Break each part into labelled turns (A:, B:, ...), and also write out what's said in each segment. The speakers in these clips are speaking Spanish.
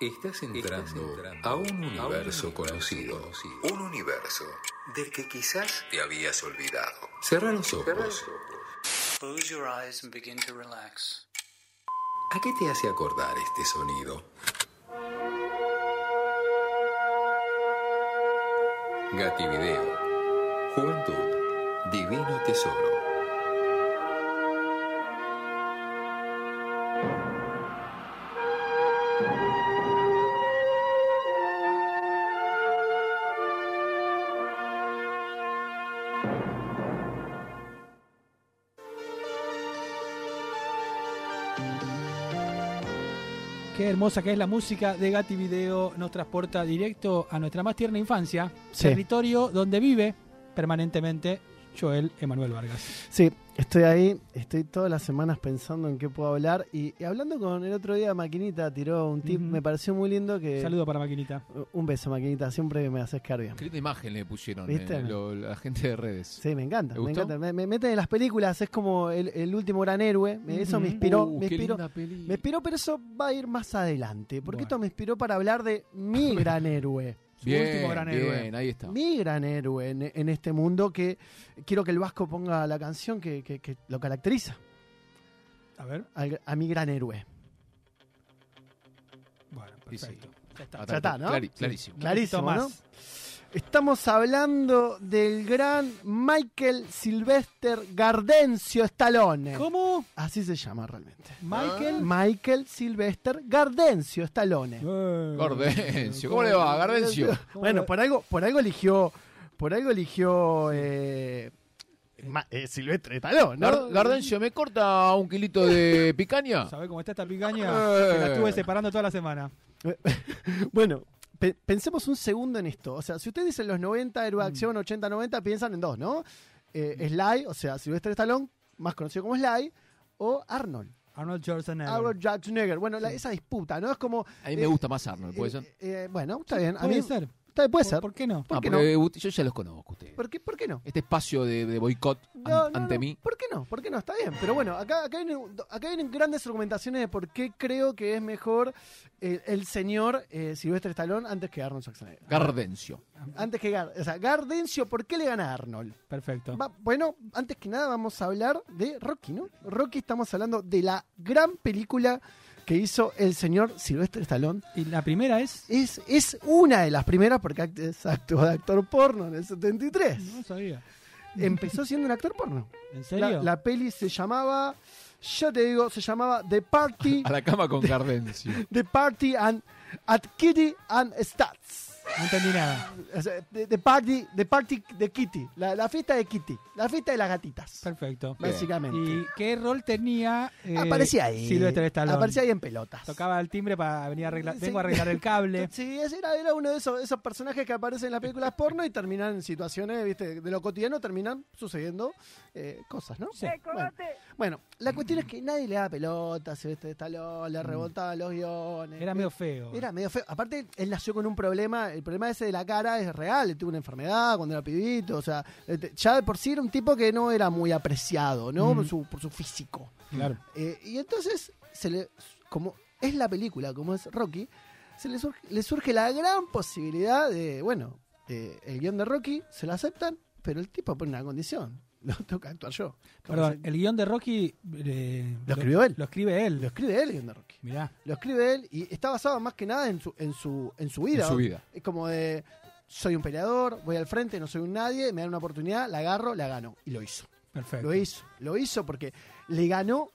A: Estás entrando, a un universo conocido. Un universo del que quizás te habías olvidado. Cerra los ojos.
B: Close your eyes and begin to relax.
A: ¿A qué te hace acordar este sonido? Gativideo. Juventud. Divino tesoro.
C: Qué hermosa que es la música de Gatti Video. Nos transporta directo a nuestra más tierna infancia,
D: Sí.
C: territorio donde vive permanentemente Joel Emanuel Vargas.
D: Sí, estoy ahí, estoy todas las semanas pensando en qué puedo hablar y, y hablando con el otro día Maquinita tiró un tip,
C: Ujú.
D: me pareció muy lindo que
C: Saludo para Maquinita.
D: un beso Maquinita, siempre me haces quedar bien.
E: Qué linda imagen le pusieron
D: ¿Viste?
E: eh, lo- la gente de redes.
D: Sí, me encanta,
E: ¿Te
D: me
E: gustó?
D: encanta. Me, me meten en las películas, es como el, el último gran héroe. me- Eso me
C: Ujú.
D: inspiró,
E: Uh,
D: me
E: qué
D: inspiró.
E: linda peli.
D: Me inspiró, pero eso va a ir más adelante. Porque
C: Bueno.
D: esto me inspiró para hablar de mi gran héroe.
C: Su
E: Bien,
C: último gran
E: bien,
C: héroe.
E: ahí está.
D: Mi gran héroe en, en este mundo que quiero que el Vasco ponga la canción que, que- que lo caracteriza.
C: A ver,
D: al- a mi gran héroe.
C: bueno,
E: Sí, sí.
C: perfecto. Ya está.
D: Ya está, ¿no?
E: Clari-
D: Sí.
E: clarísimo.
D: Clarísimo,
C: Tomás.
D: ¿no? Estamos hablando del gran Michael Sylvester Gardencio Stallone.
C: ¿Cómo?
D: Así se llama realmente.
C: Michael.
D: Michael Sylvester Gardencio Stallone.
C: Eh,
E: Gardencio, ¿cómo le va, Gardencio?
D: Bueno, por algo, por algo eligió, por algo eligió eh, Ma- eh, Silvestre Stallone, ¿no?
E: Gar- Gardencio, ¿me corta un kilito de picaña?
C: ¿Sabés cómo está esta picaña?
D: Ah.
C: Que la estuve separando toda la semana.
D: Bueno, pe- pensemos un segundo en esto. O sea, si ustedes dicen los 90
E: Mm.
D: héroes de acción, 80, 90, piensan en dos, ¿no? Eh, Sly, o sea, Silvestre Stallone, más conocido como Sly, o Arnold.
C: Arnold Schwarzenegger.
D: Arnold Schwarzenegger. Ah, Bueno, la- esa disputa, ¿no? Es como...
E: Ah, A mí me
D: eh,
E: gusta más Arnold, ¿puede
D: eh,
E: ser?
D: eh, bueno, está bien. A
C: Puede
D: mí,
C: ser.
D: está bien, puede
C: ¿Por-
D: ser.
C: ¿Por qué no?
D: ¿Por
E: Ah,
D: qué
E: porque ut- yo ya los conozco a ustedes.
D: ¿Por qué, por qué no?
E: Este espacio de, de boicot an-
D: No, no,
E: ante
D: no.
E: mí.
D: ¿Por qué no? ¿Por qué no? Está bien. Pero bueno, acá, acá, vienen, acá vienen grandes argumentaciones de por qué creo que es mejor eh, el señor eh, Silvestre Stallone antes que Arnold Schwarzenegger.
E: Gardencio.
D: Antes que Gar- o sea, Gardencio, ¿por qué le gana a Arnold?
C: Perfecto.
D: Va- bueno, antes que nada vamos a hablar de Rocky, ¿no? Rocky estamos hablando de la gran película que hizo el señor Silvestre Stallone.
C: Y la primera es.
D: Es, es una de las primeras porque act- es acto- de actor porno en el 73.
C: No sabía.
D: Empezó siendo un actor porno.
C: ¿En serio?
D: La, la peli se llamaba, yo te digo, se llamaba The Party,
E: A la cama con Gardencio.
D: The Party and at Kitty and Stats.
C: No entendí nada.
D: O sea, the, The Party, The Party de Kitty, la, la fiesta de Kitty, la fiesta de las gatitas,
C: Perfecto.
D: básicamente.
C: ¿Y qué rol tenía? eh,
D: aparecía ahí.
C: Sylvester Stallone.
D: Aparecía ahí en pelotas.
C: Tocaba el timbre para venir a arreglar.
D: Sí.
C: Vengo a arreglar el cable.
D: Sí, ese era, era uno de esos, esos personajes que aparecen en las películas porno y terminan en situaciones, viste, de lo cotidiano terminan sucediendo eh, cosas, ¿no?
C: Sí.
D: Bueno, bueno, la cuestión es que nadie le daba pelota, Silvestre Stallone, le rebotaban los guiones.
C: Mm. Era medio feo.
D: Era medio feo. Aparte, él nació con un problema. El problema ese de la cara es real. Él tuvo una enfermedad cuando era pibito. O sea, este, ya de por sí era un tipo que no era muy apreciado, ¿no? Por,
C: Mm.
D: su, por su físico.
C: Claro.
D: Eh, y entonces, se le, como es la película, como es Rocky, se le surge, le surge la gran posibilidad de, bueno, eh, el guión de Rocky se lo aceptan, pero el tipo pone una condición. Lo toca actuar yo.
C: Perdón, el guión de Rocky. eh,
D: Lo escribió él.
C: Lo escribe
D: Lo
C: él.
D: escribe él el guión de Rocky.
C: Mirá.
D: Lo escribe él y está basado más que nada en su, en su, en su vida.
E: En su vida.
D: Es como de, soy un peleador, voy al frente, no soy un nadie, me dan una oportunidad, la agarro, la gano. Y lo hizo.
C: Perfecto.
D: Lo hizo. Lo hizo porque le ganó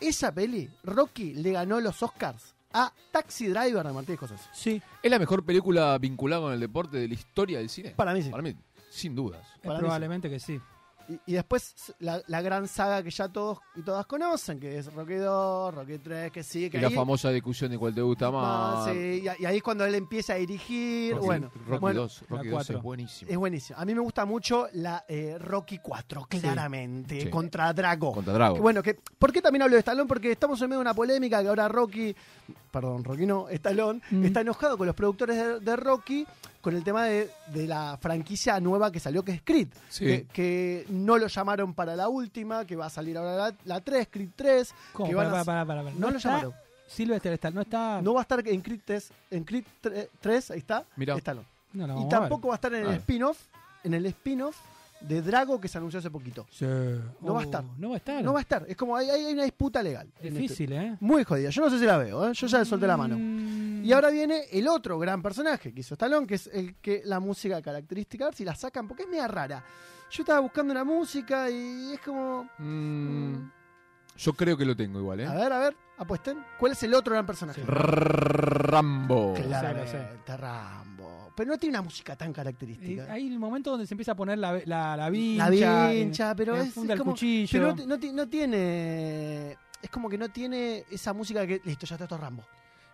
D: esa peli. Rocky le ganó los Oscars a Taxi Driver de Martínez Cosas.
C: Sí.
E: ¿Es la mejor película vinculada con el deporte de la historia del cine?
D: Para mí sí.
E: Para mí, sin dudas.
C: es
D: Para mí
C: probablemente que sí.
D: Y, y después la, la gran saga que ya todos y todas conocen, que es Rocky 2, Rocky 3, que sí, que
E: Y la
D: ahí-
E: famosa discusión de cuál te gusta
D: Ah,
E: más.
D: sí, y, a- y ahí es cuando él empieza a dirigir.
E: Rocky,
D: bueno,
E: Rocky
D: bueno,
E: 2, Rocky
C: la
E: 2
C: cuatro. Eh,
E: es buenísimo.
D: Es buenísimo. A mí me gusta mucho la eh, Rocky 4, claramente,
E: Sí.
D: contra Drago.
E: Contra Drago.
D: Que Bueno, que, ¿por qué también hablo de Stallone? Porque estamos en medio de una polémica que ahora Rocky, perdón, Rocky no, Stallone,
C: Mm.
D: está enojado con los productores de, de Rocky con el tema de, de la franquicia nueva que salió, que es Creed.
E: Sí.
D: Que, que no lo llamaron para la última, que va a salir ahora la, la 3, Creed 3.
C: ¿Cómo?
D: que van
C: Para,
D: a-
C: para, para, para, para.
D: No, lo
C: está
D: llamaron.
C: Sylvester Stallone no está.
D: No va a estar en Creed 3, en Creed 3, ahí está.
C: este
E: Mirá.
D: Está no.
C: no lo
D: y
C: vamos a ver.
D: tampoco va a estar en el
E: Ah.
D: spin-off, en el spin-off de Drago que se anunció hace poquito.
C: Sí.
D: va a estar.
C: No va a estar.
D: No va a estar, es como hay, hay una disputa legal. en este.
C: Difícil, ¿eh?
D: Muy jodida, yo no sé si la veo, ¿eh? yo ya le solté la mano.
C: Mm.
D: Y ahora viene el otro gran personaje que hizo Stallone, que es el que la música característica, a ver si la sacan, porque es media rara. Yo estaba buscando una música y es como.
E: Mm, yo creo que lo tengo igual,
D: A
E: ¿eh?
D: ver, a ver, apuesten. ¿Cuál es el otro gran personaje?
C: Sí.
E: Rambo.
D: Claramente,
C: Sí, lo
D: Rambo. Pero no tiene una música tan
C: Eh,
D: característica.
C: Hay el momento donde se empieza a poner la, la, la vincha.
D: la vincha,
C: eh,
D: pero es,
C: enfunda el
D: es como-
C: cuchillo.
D: pero no, ti- no ti- no tiene. Es como que no tiene esa música que. Listo, ya está todo Rambo.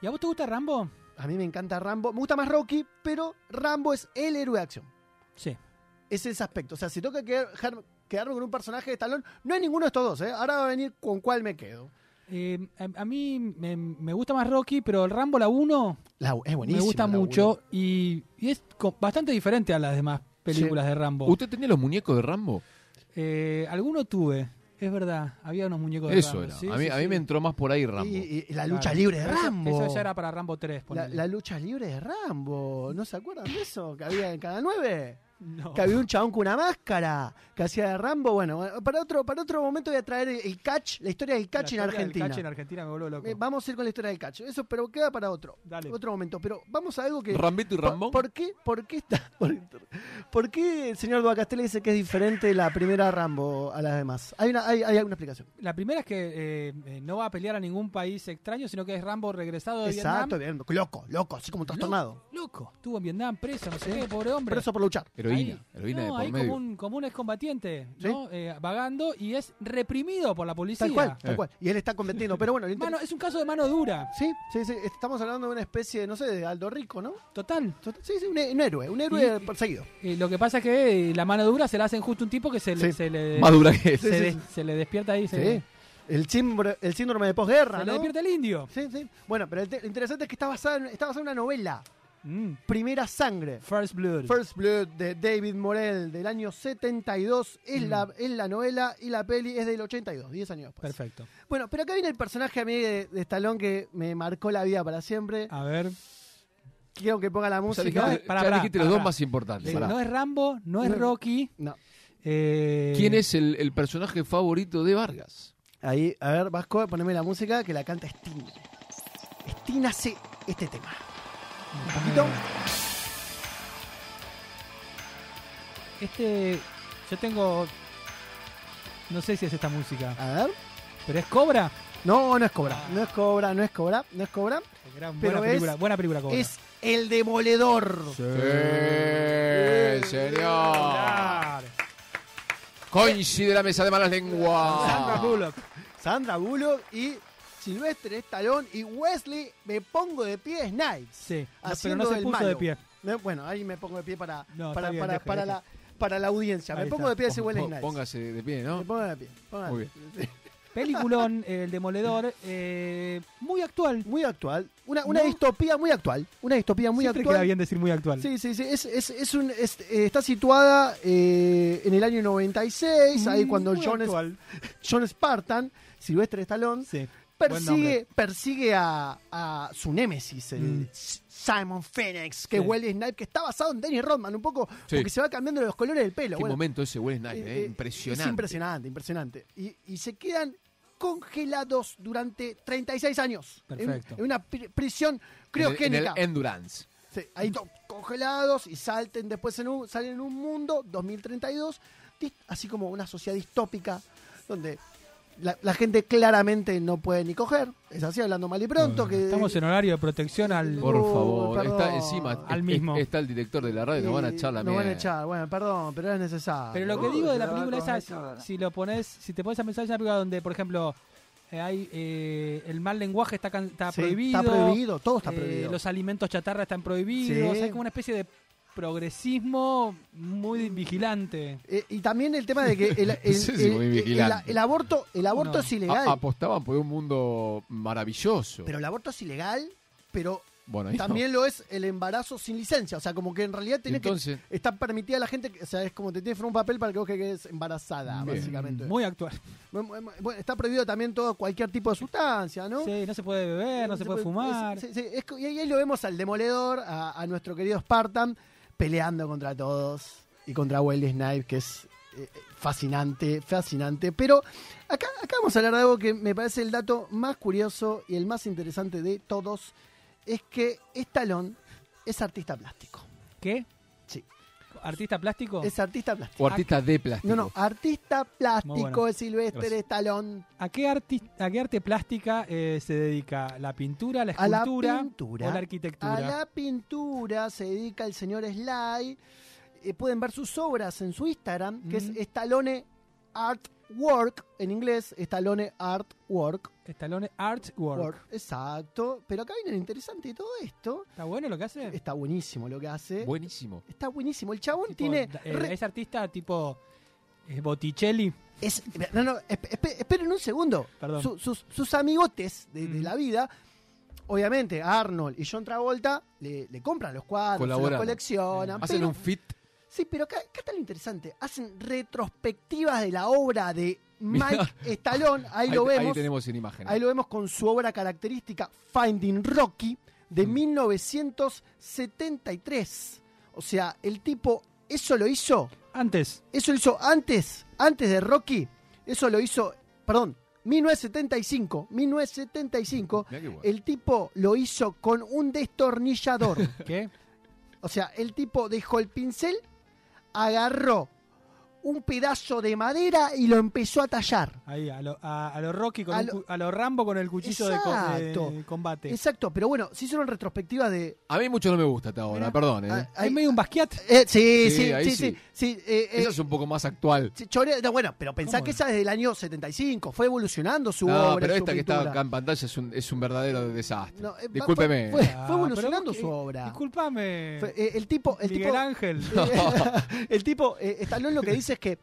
C: ¿Y a vos te gusta Rambo?
D: A mí me encanta Rambo. Me gusta más Rocky, pero Rambo es el héroe de acción.
C: Sí.
D: es ese aspecto. O sea, si tengo que quedar- dejar- quedarme con un personaje de talón, no hay ninguno de estos dos, ¿eh? Ahora va a venir con cuál me quedo.
C: Eh, a, a mí me, me gusta más Rocky, pero el Rambo la 1
D: La, es
C: me gusta mucho y, y es co- bastante diferente a las demás películas de Rambo.
E: ¿Usted tenía los muñecos de Rambo?
C: Eh, alguno tuve, es verdad. Había unos muñecos de
E: Eso
C: Rambo.
E: era.
C: Sí,
E: a mí,
C: sí,
E: a mí
C: sí.
E: me entró más por ahí Rambo.
D: Y, y la
C: Claro.
D: lucha libre de
C: Pero eso-
D: Rambo.
C: Eso, ya era para Rambo 3.
D: la,
C: ponele.
D: la lucha libre de Rambo. ¿No se acuerdan de eso? Que había en cada nueve.
C: No.
D: Que había un chabón con una máscara que hacía de Rambo. Bueno, para otro, para otro momento voy a traer el, el catch, la historia del
C: La
D: catch en
C: historia del
D: Argentina.
C: catch en Argentina me voló loco.
D: Eh, Vamos a ir con la historia del catch. Eso, pero queda para otro.
C: Dale.
D: Otro momento. Pero vamos a algo que.
E: ¿Rambito y
D: ¿Por-
E: Rambo?
D: ¿Por qué, por qué está, por, por qué el señor Duacastela dice que es diferente la primera Rambo a las demás? Hay una, hay, hay alguna explicación.
C: La primera es que eh, eh, no va a pelear a ningún país extraño, sino que es Rambo regresado de
D: Exacto,
C: Vietnam.
D: bien, loco, loco, así como trastornado.
C: Loco, estuvo en Vietnam preso, no sé qué, pobre hombre.
D: Preso por luchar.
C: Ahí.
E: Heroína. Heroína
C: No,
E: de
C: ahí
E: por medio.
C: Como un, como un excombatiente,
D: Sí.
C: ¿no? Eh, vagando y es reprimido por la policía.
D: Tal cual, tal
E: Eh.
D: cual. Y él está convirtiendo, pero bueno, lo inter-
C: Mano, eh. es un caso de mano dura.
D: Sí, sí, sí, estamos hablando de una especie, no sé, de Aldo Rico, ¿no?
C: Total.
D: Total- Sí, sí, un, he- un héroe, un héroe
C: Y-
D: perseguido.
C: Eh, lo que pasa es que eh, la mano dura se la hacen justo un tipo que se le,
D: Sí.
C: se le,
E: Más dura que
C: se
E: ese.
D: sí,
C: des-
D: sí.
C: se le despierta ahí. Se,
D: Sí. El, símbolo- el síndrome de
C: se
D: posguerra,
C: le
D: ¿no?
C: despierta el indio.
D: Sí, sí. Bueno, pero el te- lo interesante es que está basada en, está basada en una novela,
C: Mm.
D: Primera Sangre.
C: First Blood.
D: First Blood de David Morel del año 72 es, la, es la novela y la peli es del 82, 10 años después.
C: Mm. Perfecto.
D: Bueno, pero acá viene el personaje a mí de, de Stallone que me marcó la vida para siempre.
C: A ver. eh,
D: Quiero que ponga la
E: Ya
D: música.
E: dijiste,
C: Pará,
E: ya
C: pará,
E: dijiste
C: pará,
E: los
C: pará.
E: dos más importantes.
D: Sí,
E: pará.
C: No es Rambo, no es
D: No.
C: Rocky.
D: No,
C: eh,
E: ¿Quién es el, el personaje favorito de Vargas?
D: ahí, a ver, Vasco, poneme la música que la canta Sting. Sting hace este tema. Un poquito.
C: Este. Yo tengo. No sé si es esta música.
D: A ver.
C: Pero es Cobra.
D: No, no es cobra. No es cobra, no es cobra, no es cobra.
C: Gran-
D: Pero
C: buena,
D: es-
C: película, buena película, Cobra.
D: Es el demoledor.
E: Sí, señor.
C: Claro.
E: Coincide la mesa de malas
C: Sandra
E: lenguas.
C: Bullock.
D: Sandra Bullock y Silvestre Stallone y Wesley me pongo de pie Snipes.
C: Sí, no, pero
D: haciendo
C: no se
D: el
C: puso
D: malo.
C: de pie.
D: Me- Bueno, ahí me pongo de pie para,
C: No,
D: para,
C: está bien,
D: para,
C: deje,
D: para
C: deje.
D: La, para la audiencia.
C: Ahí
D: me
C: está.
D: pongo de pie ese
E: Pon-
D: Wesley
E: pon-
D: Snipes.
E: Póngase de pie,
D: Me
E: ¿no?
D: pongo de pie. pongo
E: Muy
D: de pie.
C: Peliculón, eh, El Demoledor, eh, muy actual.
D: Muy actual. Una, una
C: No.
D: distopía muy actual. Una distopía muy
C: Siempre queda
D: actual.
C: bien decir muy actual.
D: Sí, sí, sí. Es, es, es un, es- eh, está situada eh, en el año 96, ahí cuando
C: Mm, Muy
D: John,
C: actual.
D: John Spartan, Silvestre Stallone,
C: Sí. Buen nombre.
D: persigue, persigue a, a su némesis, el
C: Mm.
D: S- Simon Phoenix, que
C: Sí.
D: huele Snipe, que está basado en Dennis Rodman un poco,
E: Sí.
D: porque se va cambiando los colores del pelo.
E: Qué
D: bueno.
E: momento ese Will Snipe,
D: Eh,
E: eh,
D: eh,
E: impresionante.
D: Es impresionante, impresionante. Y, y se quedan congelados durante 36 años. en-
C: Perfecto.
D: En, una pri- prisión
E: En el- En el,
D: criogénica.
E: Endurance.
D: Sí, ahí to- congelados y salten después en un, salen en un mundo 2032, dis- así como una sociedad distópica donde la, la gente claramente no puede ni coger, es así hablando mal y pronto
E: Ah.
C: Bueno,
D: que
C: Mm. Estamos en horario de protección al.
E: Por
D: Uh,
E: favor,
D: perdón.
E: está encima.
C: Al
E: es-
C: mismo.
E: es- Está el director de la radio, nos van a echar la
D: eh, Nos van a
E: mierda.
D: echar, bueno, perdón, pero es necesario.
C: Pero lo que
D: Uh,
C: digo de la
F: se
C: película
F: va
C: esa
F: con
C: es,
F: eso.
C: si lo pones, si te pones a pensar en una película donde, por ejemplo, eh, hay eh, el mal lenguaje está, can- está
D: Sí,
C: prohibido,
D: Está prohibido, todo está
C: eh,
D: prohibido.
C: los alimentos chatarra están prohibidos,
D: Sí.
C: hay como una especie de progresismo muy vigilante.
D: Eh, y también el tema de que el, el-
E: No sé si
D: el-
E: muy
D: el-
E: vigilante. Ah,
D: el aborto, el aborto
C: No.
D: es
E: A-
D: ilegal.
E: apostaban por un mundo maravilloso.
D: pero el aborto es ilegal, pero
E: Bueno, ahí no.
D: También lo es el embarazo sin licencia. O sea, como que en realidad
E: Y
D: tenés
E: Entonces,
D: que. Está permitida la gente. que- O sea, es como te tienes que firmar un papel para que vos que quedes embarazada,
E: Bien.
D: básicamente.
C: Muy actual.
D: Mu- mu- mu- bueno, está prohibido también todo cualquier tipo de sustancia, ¿no?
C: Sí, no se puede beber, no se puede fumar.
D: Sí, sí, es co- y ahí ahí lo vemos al demoledor, a, a nuestro querido Spartan, peleando contra todos y contra Wesley Snipes, que es eh, fascinante, fascinante. Pero acá, acá vamos a hablar de algo que me parece el dato más curioso y el más interesante de todos, es que Stallone es artista plástico.
C: ¿Qué?
D: Sí.
C: ¿Artista plástico?
D: Es artista plástico.
E: o artistas de plástico.
D: No, no, artista
C: Muy
D: plástico
C: bueno.
D: es Silvestre
C: Gracias.
D: Stallone.
C: ¿A qué, arti- ¿A qué arte plástica eh, se dedica? ¿La pintura, la
D: A la
C: escultura
D: pintura.
C: o la
D: A
C: arquitectura?
D: la pintura se dedica el señor Sly. Eh, pueden ver sus obras en su Instagram, que
C: Mm.
D: es Stallone Artwork, en inglés, Stallone Artwork.
C: Estalone Artwork.
D: Work, Exacto. Pero acá viene lo interesante de todo esto.
C: ¿Está bueno lo que hace?
D: Está buenísimo lo que hace.
E: Buenísimo.
D: Está buenísimo. El chabón
C: Tipo,
D: tiene.
C: da- eh,
D: re-
C: Es artista tipo eh, Botticelli.
D: es- no, no, esp- esp- esperen un segundo.
C: Perdón.
D: Su- sus, sus amigotes de, de
C: Mm.
D: la vida. Obviamente, Arnold y John Travolta le, le compran los cuadros, se los
E: Colaboran.
D: coleccionan.
E: Hacen
D: pero-
E: un fit.
D: Sí, pero acá, acá está lo interesante. Hacen retrospectivas de la obra de
E: Mirá.
D: Mike Stallone. Ahí,
E: Ahí,
D: lo
E: te- ahí
D: vemos.
E: tenemos en imagen.
D: Ahí lo vemos con su obra característica, Finding Rocky, de
E: Mm.
D: 1973. O sea, el tipo, eso lo hizo,
C: Antes,
D: eso lo hizo antes, antes de Rocky. Eso lo hizo, perdón, 1975. 1975.
E: Mirá qué bueno.
D: El tipo lo hizo con un destornillador.
C: ¿qué?
D: O sea, el tipo dejó el pincel, agarró un pedazo de madera y lo empezó a tallar.
C: Ahí, a lo, a, a lo Rocky, con
D: A
C: un
D: lo-
C: cu- a lo Rambo con el cuchillo de, co- de
D: Exacto.
C: combate. Es,
D: Exacto, pero bueno, se hicieron retrospectivas de...
E: A mí mucho no me gusta hasta ahora,
D: Mirá.
E: perdón. ¿eh?
D: ah, ahí-
C: medio un Basquiat.
D: eh, sí,
E: Sí,
D: sí,
E: ahí
D: sí, sí,
E: sí.
D: sí, eh, eh,
E: Esa es un poco más actual.
D: sí, Chore- no, bueno, pero pensá
C: ¿Cómo
D: que
C: es?
D: esa es del año 75, fue evolucionando su
E: No,
D: obra.
E: pero
D: su
E: esta que está
D: pintura.
E: acá en pantalla es un, es un verdadero desastre.
D: No, eh, va-
E: Discúlpeme.
D: Fue, fue
C: Ah,
D: evolucionando
C: pero
D: su
C: vos que-
D: obra.
C: Disculpame.
D: Fue, eh, el tipo, el
C: Miguel
D: tipo,
C: Ángel.
D: el tipo, eh, Stallone lo que dice es que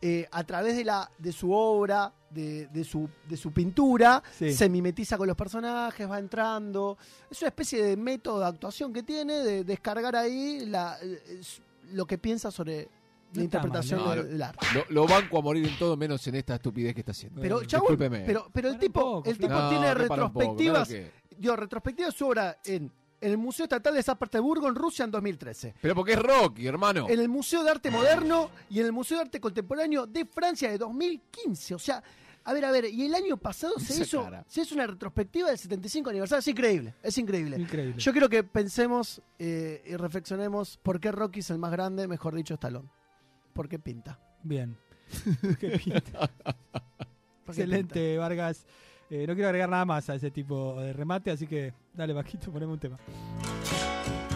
D: eh, a través de, la, de su obra, de, de su, de su pintura,
C: Sí.
D: se mimetiza con los personajes, va entrando. Es una especie de método de actuación que tiene, de descargar ahí la, eh, s- lo que piensa sobre
C: está
D: la interpretación
E: mal, ¿eh?
D: del, del arte.
E: Lo, lo banco a morir en todo menos en esta estupidez que está haciendo.
D: Pero,
C: Eh,
D: chabón,
E: discúlpeme.
D: pero, pero
C: Para
D: el
C: un
D: tipo,
C: poco,
D: el tipo
E: No,
D: tiene
E: repara un poco,
D: retrospectivas,
E: claro que-
D: dio retrospectivas de su obra en, en el Museo Estatal de San Petersburgo en Rusia en 2013.
E: Pero porque es Rocky, hermano.
D: en el Museo de Arte Moderno y en el Museo de Arte Contemporáneo de Francia de 2015. O sea, a ver, a ver, y el año pasado se
E: Esa
D: hizo,
E: cara.
D: se hizo una retrospectiva del 75 aniversario. Es increíble, es increíble.
C: Increíble.
D: Yo creo que pensemos eh, y reflexionemos por qué Rocky es el más grande, mejor dicho, Stallone. ¿Por qué pinta?
C: Bien. Qué pinta.
D: ¿Por qué
C: Excelente, Vargas. Eh, no quiero agregar nada más a ese tipo de remate, así que dale, Bajito, poneme un tema.
D: pinta?